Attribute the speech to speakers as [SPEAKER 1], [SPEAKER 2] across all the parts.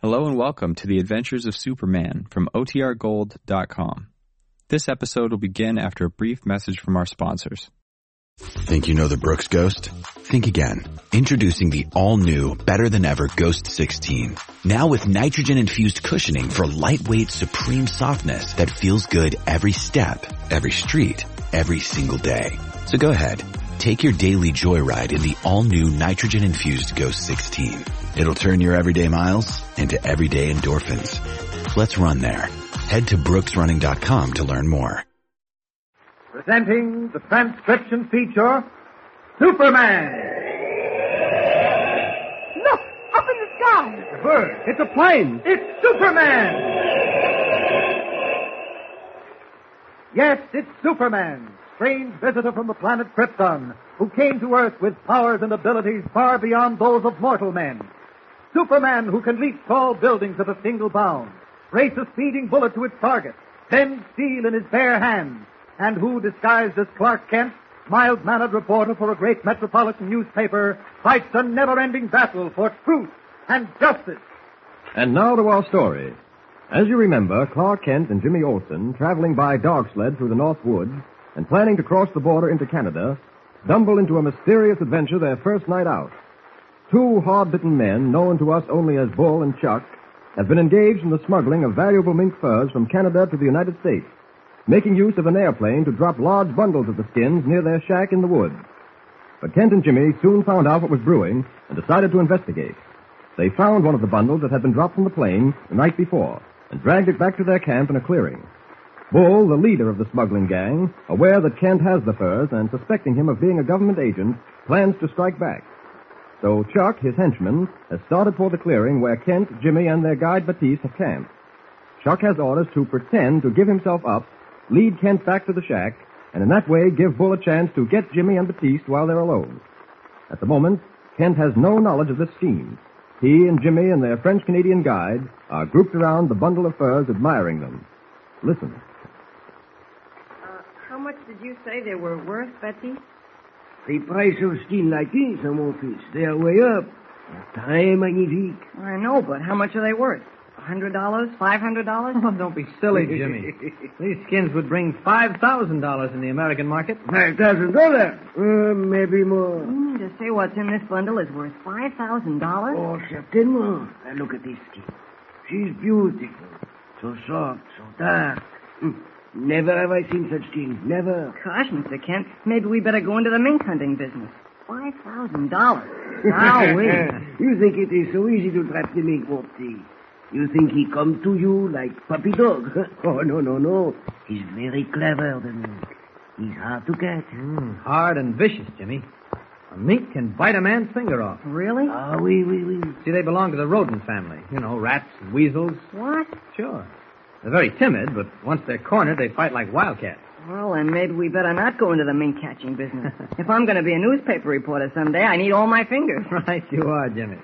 [SPEAKER 1] Hello and welcome to the Adventures of Superman from OTRGold.com. This episode will begin after a brief message from our sponsors.
[SPEAKER 2] Think you know the Brooks Ghost? Think again. Introducing the all new, better than ever Ghost 16. Now with nitrogen infused cushioning for lightweight, supreme softness that feels good every step, every street, every single day. So go ahead. Take your daily joyride in the all new nitrogen infused Ghost 16. It'll turn your everyday miles into everyday endorphins. Let's run there. Head to brooksrunning.com to learn more.
[SPEAKER 3] Presenting the transcription feature, Superman!
[SPEAKER 4] Look, up in the sky.
[SPEAKER 3] It's a bird. It's a plane. It's Superman! Yes, it's Superman, strange visitor from the planet Krypton, who came to Earth with powers and abilities far beyond those of mortal men. Superman who can leap tall buildings at a single bound, race a speeding bullet to its target, bend steel in his bare hands, and who, disguised as Clark Kent, mild-mannered reporter for a great metropolitan newspaper, fights a never-ending battle for truth and justice.
[SPEAKER 5] And now to our story. As you remember, Clark Kent and Jimmy Olsen, traveling by dog sled through the North Woods and planning to cross the border into Canada, stumble into a mysterious adventure their first night out. Two hard-bitten men, known to us only as Bull and Chuck, have been engaged in the smuggling of valuable mink furs from Canada to the United States, making use of an airplane to drop large bundles of the skins near their shack in the woods. But Kent and Jimmy soon found out what was brewing and decided to investigate. They found one of the bundles that had been dropped from the plane the night before and dragged it back to their camp in a clearing. Bull, the leader of the smuggling gang, aware that Kent has the furs and suspecting him of being a government agent, plans to strike back. So Chuck, his henchman, has started for the clearing where Kent, Jimmy, and their guide Batiste have camped. Chuck has orders to pretend to give himself up, lead Kent back to the shack, and in that way give Bull a chance to get Jimmy and Batiste while they're alone. At the moment, Kent has no knowledge of this scheme. He and Jimmy and their French Canadian guide are grouped around the bundle of furs, admiring them. Listen.
[SPEAKER 4] Uh, how much did you say they were worth, Betsy?
[SPEAKER 6] The price of skin like this, a more piece, they are way up. Très magnifique.
[SPEAKER 4] I know, but how much are they worth? A hundred dollars? Five hundred dollars?
[SPEAKER 7] Don't be silly, Jimmy. These skins would bring $5,000 in the American market.
[SPEAKER 6] Five thousand dollars. Uh, maybe more.
[SPEAKER 4] You mean to Hmm, say what's in this bundle is worth five thousand dollars?
[SPEAKER 6] Or certain more. Uh, look at this skin. She's beautiful. So soft, so dark. Hmm. Never have I seen such skin. Never.
[SPEAKER 4] Gosh, Mr. Kent, maybe we better go into the mink hunting business. Five thousand dollars.
[SPEAKER 7] Ah,
[SPEAKER 4] Now we.
[SPEAKER 6] you think it is so easy to trap the mink, Wopty. You think he come to you like puppy dog? oh, no, no, no. He's very clever, the mink. He's hard to catch.
[SPEAKER 7] Mm, hard and vicious, Jimmy. A mink can bite a man's finger off.
[SPEAKER 4] Really?
[SPEAKER 6] Ah, oui, oui, oui.
[SPEAKER 7] See, they belong to the rodent family. You know, rats and weasels.
[SPEAKER 4] What?
[SPEAKER 7] Sure. They're very timid, but once they're cornered, they fight like wildcats.
[SPEAKER 4] Well, then maybe we better not go into the mink catching business. if I'm going to be a newspaper reporter someday, I need all my fingers.
[SPEAKER 7] Right you are, Jimmy.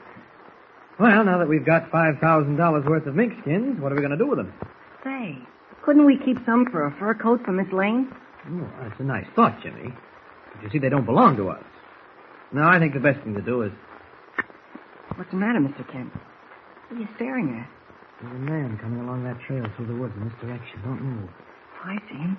[SPEAKER 7] Well, now that we've got $5,000 worth of mink skins, what are we going to do with them?
[SPEAKER 4] Say, couldn't we keep some for a fur coat for Miss Lane?
[SPEAKER 7] Oh, that's a nice thought, Jimmy. But you see, they don't belong to us. No, I think the best thing to do is...
[SPEAKER 4] What's the matter, Mr. Kent? What are you staring at?
[SPEAKER 7] There's a man coming along that trail through the woods in this direction. Don't move.
[SPEAKER 4] Oh, I see him.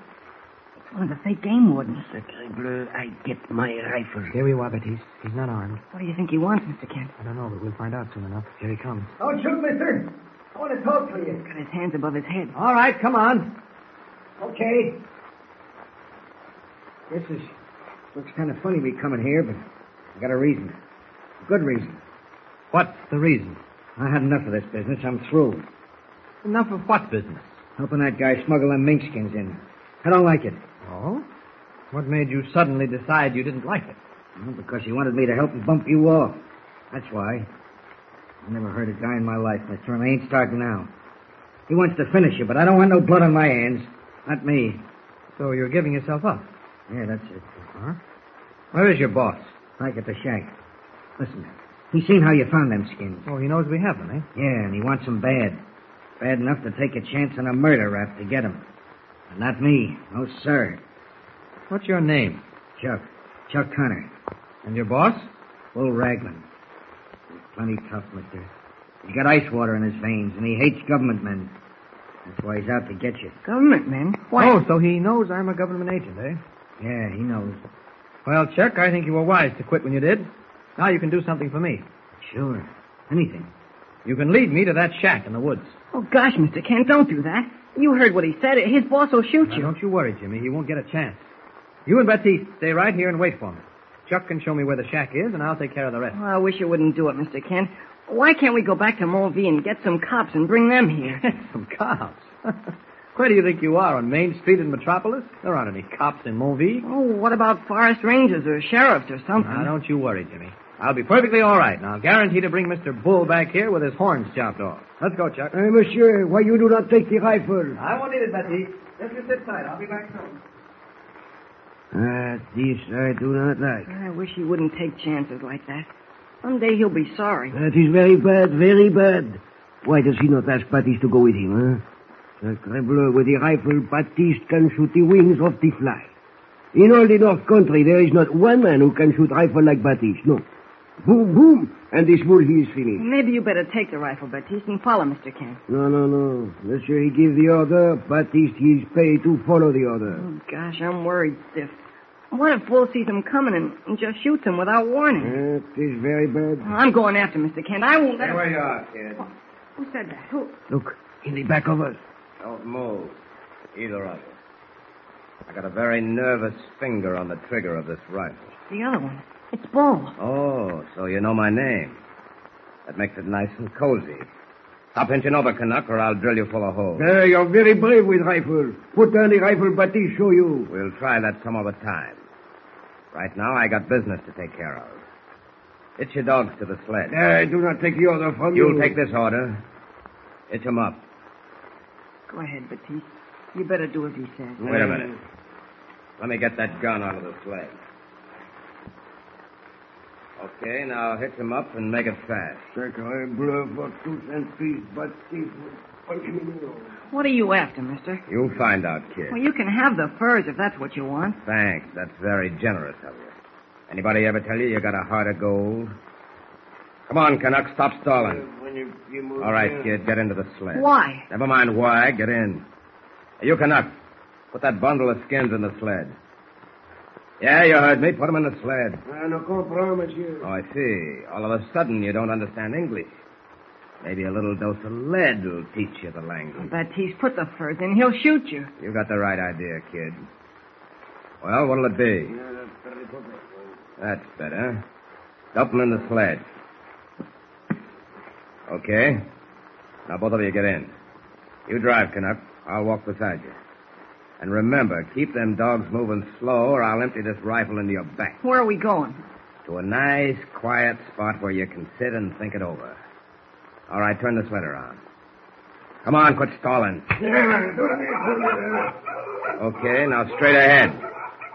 [SPEAKER 4] It's one of the fake game wardens.
[SPEAKER 6] Sacre bleu, I get my rifle.
[SPEAKER 7] Here we are, Batiste. He's not armed.
[SPEAKER 4] What do you think he wants, Mr. Kent?
[SPEAKER 7] I don't know, but we'll find out soon enough. Here he comes.
[SPEAKER 3] Don't shoot, mister. I want to talk to you.
[SPEAKER 4] He's got his hands above his head.
[SPEAKER 7] All right, come on.
[SPEAKER 3] Okay.
[SPEAKER 6] This is looks kind of funny me coming here, but I got a reason, a good reason.
[SPEAKER 7] What's the reason?
[SPEAKER 6] I had enough of this business. I'm through.
[SPEAKER 7] Enough of what business?
[SPEAKER 6] Helping that guy smuggle them mink skins in. I don't like it.
[SPEAKER 7] Oh? What made you suddenly decide you didn't like it?
[SPEAKER 6] Well, because he wanted me to help him bump you off. That's why. I never hurt a guy in my life, Mister, and I ain't starting now. He wants to finish you, but I don't want no blood on my hands. Not me.
[SPEAKER 7] So you're giving yourself up.
[SPEAKER 6] Yeah, that's it.
[SPEAKER 7] Huh? Where is your boss?
[SPEAKER 6] Back at the shack. Listen, he's seen how you found them skins.
[SPEAKER 7] Oh, he knows we have them, eh?
[SPEAKER 6] Yeah, and he wants 'em bad. Bad enough to take a chance on a murder rap to get 'em. But not me. No, sir.
[SPEAKER 7] What's your name?
[SPEAKER 6] Chuck. Chuck Connor.
[SPEAKER 7] And your boss?
[SPEAKER 6] Bull Raglan. He's plenty tough, mister.
[SPEAKER 8] He's got ice water in his veins, and he hates government men. That's why he's out to get you.
[SPEAKER 4] Government men? Why?
[SPEAKER 6] Oh, so he knows I'm a government agent, eh?
[SPEAKER 8] Yeah, he knows.
[SPEAKER 6] Well, Chuck, I think you were wise to quit when you did. Now you can do something for me.
[SPEAKER 8] Sure. Anything.
[SPEAKER 6] You can lead me to that shack in the woods.
[SPEAKER 4] Oh, gosh, Mr. Kent, don't do that. You heard what he said. His boss will shoot
[SPEAKER 6] Now,
[SPEAKER 4] you.
[SPEAKER 6] don't you worry, Jimmy. He won't get a chance. You and Betsy stay right here and wait for me. Chuck can show me where the shack is, and I'll take care of the rest.
[SPEAKER 4] Well, I wish you wouldn't do it, Mr. Kent. Why can't we go back to Mulvey and get some cops and bring them here?
[SPEAKER 6] Some cops. Where do you think you are, on Main Street in Metropolis? There aren't any cops in Mulvey.
[SPEAKER 4] oh, what about forest rangers or sheriffs or something?
[SPEAKER 8] Mm-hmm.
[SPEAKER 6] Now, don't you worry, Jimmy. I'll be perfectly all right, and I'll guarantee to bring Mr. Bull back here with his horns chopped off. Let's go, Chuck.
[SPEAKER 8] Hey, monsieur, why you do not take the rifle?
[SPEAKER 6] I won't need it, Betsy. Just you sit tight. I'll be back soon.
[SPEAKER 8] Ah, this I do not like.
[SPEAKER 4] I wish he wouldn't take chances like that. One day he'll be sorry.
[SPEAKER 8] That is very bad, very bad. Why does he not ask Baptiste to go with him, huh? Sacre bleu, with the rifle, Baptiste can shoot the wings off the fly. In all the North Country, there is not one man who can shoot rifle like Baptiste, no. Boom, boom, and this he is finished.
[SPEAKER 4] Maybe you better take the rifle, Baptiste, and follow Mr. Kent.
[SPEAKER 8] No, no, no. Monsieur, he give the order, Baptiste, he is paid to follow the order.
[SPEAKER 4] Oh, gosh, I'm worried, Stiff. What if Bull sees him coming and, and just shoots him without warning?
[SPEAKER 8] That is very bad.
[SPEAKER 4] I'm going after Mr. Kent. I won't let him.
[SPEAKER 6] you are, kid.
[SPEAKER 4] Who said that? Who?
[SPEAKER 8] Look, in the back of us.
[SPEAKER 6] Don't move, either of you. I got a very nervous finger on the trigger of this rifle.
[SPEAKER 4] The other one. It's Bull.
[SPEAKER 6] Oh, so you know my name. That makes it nice and cozy. Stop inching over, Canuck, or I'll drill you full of holes.
[SPEAKER 8] There, you're very brave with rifle. Put down the rifle, Baptiste, show you.
[SPEAKER 6] We'll try that some other time. Right now, I got business to take care of. It's your dogs to the sled.
[SPEAKER 8] I do not take the order from
[SPEAKER 6] You'll take this order. Itch 'em up.
[SPEAKER 4] Go ahead, Baptiste. You better do as he says.
[SPEAKER 6] Wait a minute. Let me get that gun out of the sled. Okay, now hitch him up and make it fast.
[SPEAKER 8] Sacre bleu for two and three, but Steve would punch me in the nose.
[SPEAKER 4] What are you after, mister?
[SPEAKER 6] You'll find out, kid.
[SPEAKER 4] Well, you can have the furs if that's what you want.
[SPEAKER 6] Thanks. That's very generous of you. Anybody ever tell you you got a heart of gold? Come on, Canuck, stop stalling.
[SPEAKER 8] When you, you move
[SPEAKER 6] All right, kid, get into the sled.
[SPEAKER 4] Why?
[SPEAKER 6] Never mind why. Get in. Hey, You, Canuck, put that bundle of skins in the sled. Yeah, you heard me. Put 'em in the sled.
[SPEAKER 8] I no comprends, monsieur.
[SPEAKER 6] Oh, I see. All of a sudden, you don't understand English. Maybe a little dose of lead will teach you the language.
[SPEAKER 4] Baptiste, put the furs in. He'll shoot you.
[SPEAKER 6] You got the right idea, kid. Well, what'll it be? That's better. Dump 'em in the sled. Okay. Now, both of you get in. You drive, Canuck. I'll walk beside you. And remember, keep them dogs moving slow, or I'll empty this rifle into your back.
[SPEAKER 4] Where are we going?
[SPEAKER 6] To a nice, quiet spot where you can sit and think it over. All right, turn the sled around. Come on, quit stalling. Okay, now straight ahead.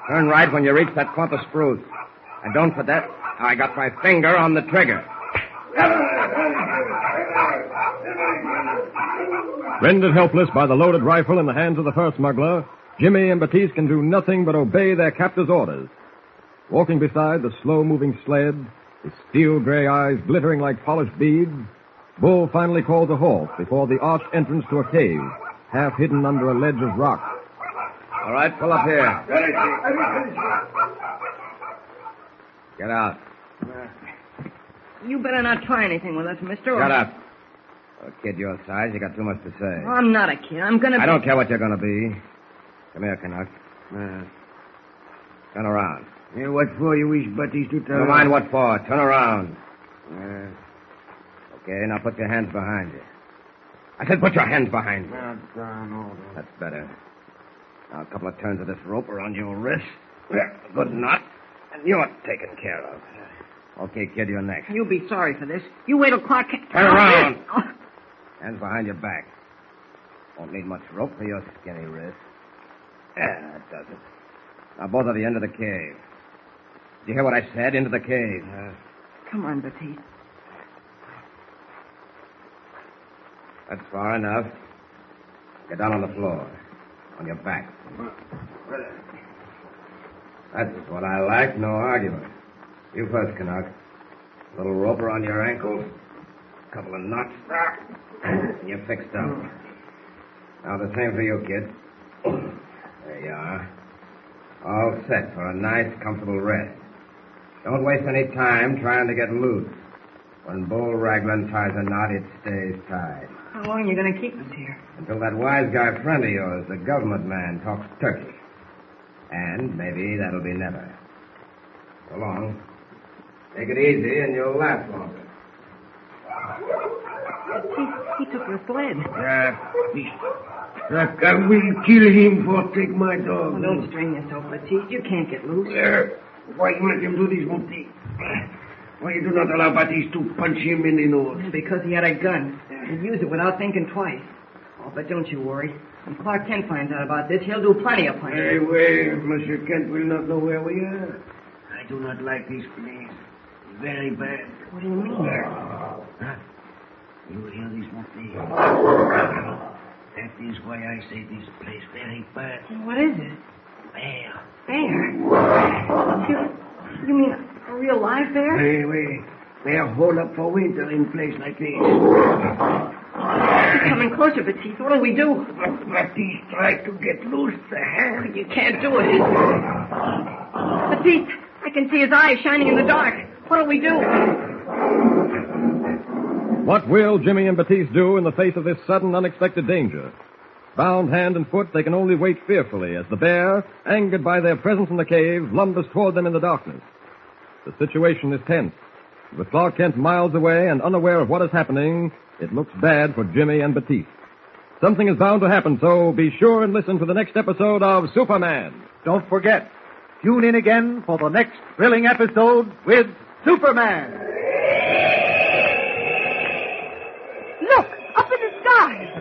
[SPEAKER 6] Turn right when you reach that clump of spruce. And don't forget, I got my finger on the trigger.
[SPEAKER 5] Rendered helpless by the loaded rifle in the hands of the first smuggler, Jimmy and Batiste can do nothing but obey their captor's orders. Walking beside the slow-moving sled, his steel gray eyes glittering like polished beads, Bull finally calls a halt before the arched entrance to a cave, half hidden under a ledge of rock.
[SPEAKER 6] All right, pull up here. Get out.
[SPEAKER 4] You better not try anything with us, mister. or-
[SPEAKER 6] Shut up. Oh, kid your size, you got too much to say.
[SPEAKER 4] Oh, I'm not a kid. I'm gonna.
[SPEAKER 6] I don't care what you're going to be. Come here, Canuck. Uh, turn around.
[SPEAKER 8] Hey, what for you wish Baptiste to Uh, tell
[SPEAKER 6] Never mind what for. Turn around. Okay, now put your hands behind you. I said put your hands behind you. That's better. Now a couple of turns of this rope around your wrist. Yeah, Good knot. And you're taken care of. Okay, kid, you're next.
[SPEAKER 4] You'll be sorry for this. You wait till Clark. Kent-
[SPEAKER 6] Turn around.
[SPEAKER 4] Oh,
[SPEAKER 6] Hands behind your back. Won't need much rope for your skinny wrist. Yeah, that does it. Now both of you into the cave. Did you hear what I said? Into the cave.
[SPEAKER 4] come on, Baptiste.
[SPEAKER 6] That's far enough. Get down on the floor. On your back. That's what I like, no argument. You first, Canuck. Little rope around your ankles. A couple of knots. and You're fixed up. Now, the same for you, kid. There you are. All set for a nice, comfortable rest. Don't waste any time trying to get loose. When Bull Raglan ties a knot, it stays tied.
[SPEAKER 4] How long are you going to keep us here?
[SPEAKER 6] Until that wise guy friend of yours, the government man, talks turkey. And maybe that'll be never. So long. Take it easy and you'll last longer.
[SPEAKER 4] He, he took the sled.
[SPEAKER 8] I will kill him for take my dog.
[SPEAKER 4] Oh, don't strain yourself, Batiste. You can't get loose.
[SPEAKER 8] Why you let him do this, Monty? Why you do not allow Batiste to punch him in the nose?
[SPEAKER 4] Because he had a gun. He used it without thinking twice. Oh, but don't you worry. When Clark Kent finds out about this, he'll do plenty of planning.
[SPEAKER 8] well, Monsieur Kent will not know where we are. I do not like this place. It's Very bad.
[SPEAKER 4] What do you mean?
[SPEAKER 8] Huh? You hear this, Monty? That is why I say this place very bad.
[SPEAKER 4] What is it?
[SPEAKER 8] Bear.
[SPEAKER 4] Bear. You, you mean a real live bear?
[SPEAKER 8] Hey, wait. Bear hold up for winter in place like this.
[SPEAKER 4] He's coming closer, Batiste. What'll we do?
[SPEAKER 8] Batiste tried to get loose the hand.
[SPEAKER 4] You can't do it. Batiste, I can see his eyes shining in the dark. What'll we do?
[SPEAKER 5] What will Jimmy and Batiste do in the face of this sudden, unexpected danger? Bound hand and foot, they can only wait fearfully as the bear, angered by their presence in the cave, lumbers toward them in the darkness. The situation is tense. With Clark Kent miles away and unaware of what is happening, it looks bad for Jimmy and Batiste. Something is bound to happen, so be sure and listen to the next episode of Superman.
[SPEAKER 3] Don't forget, tune in again for the next thrilling episode with Superman.
[SPEAKER 4] Look, up in the sky.
[SPEAKER 3] A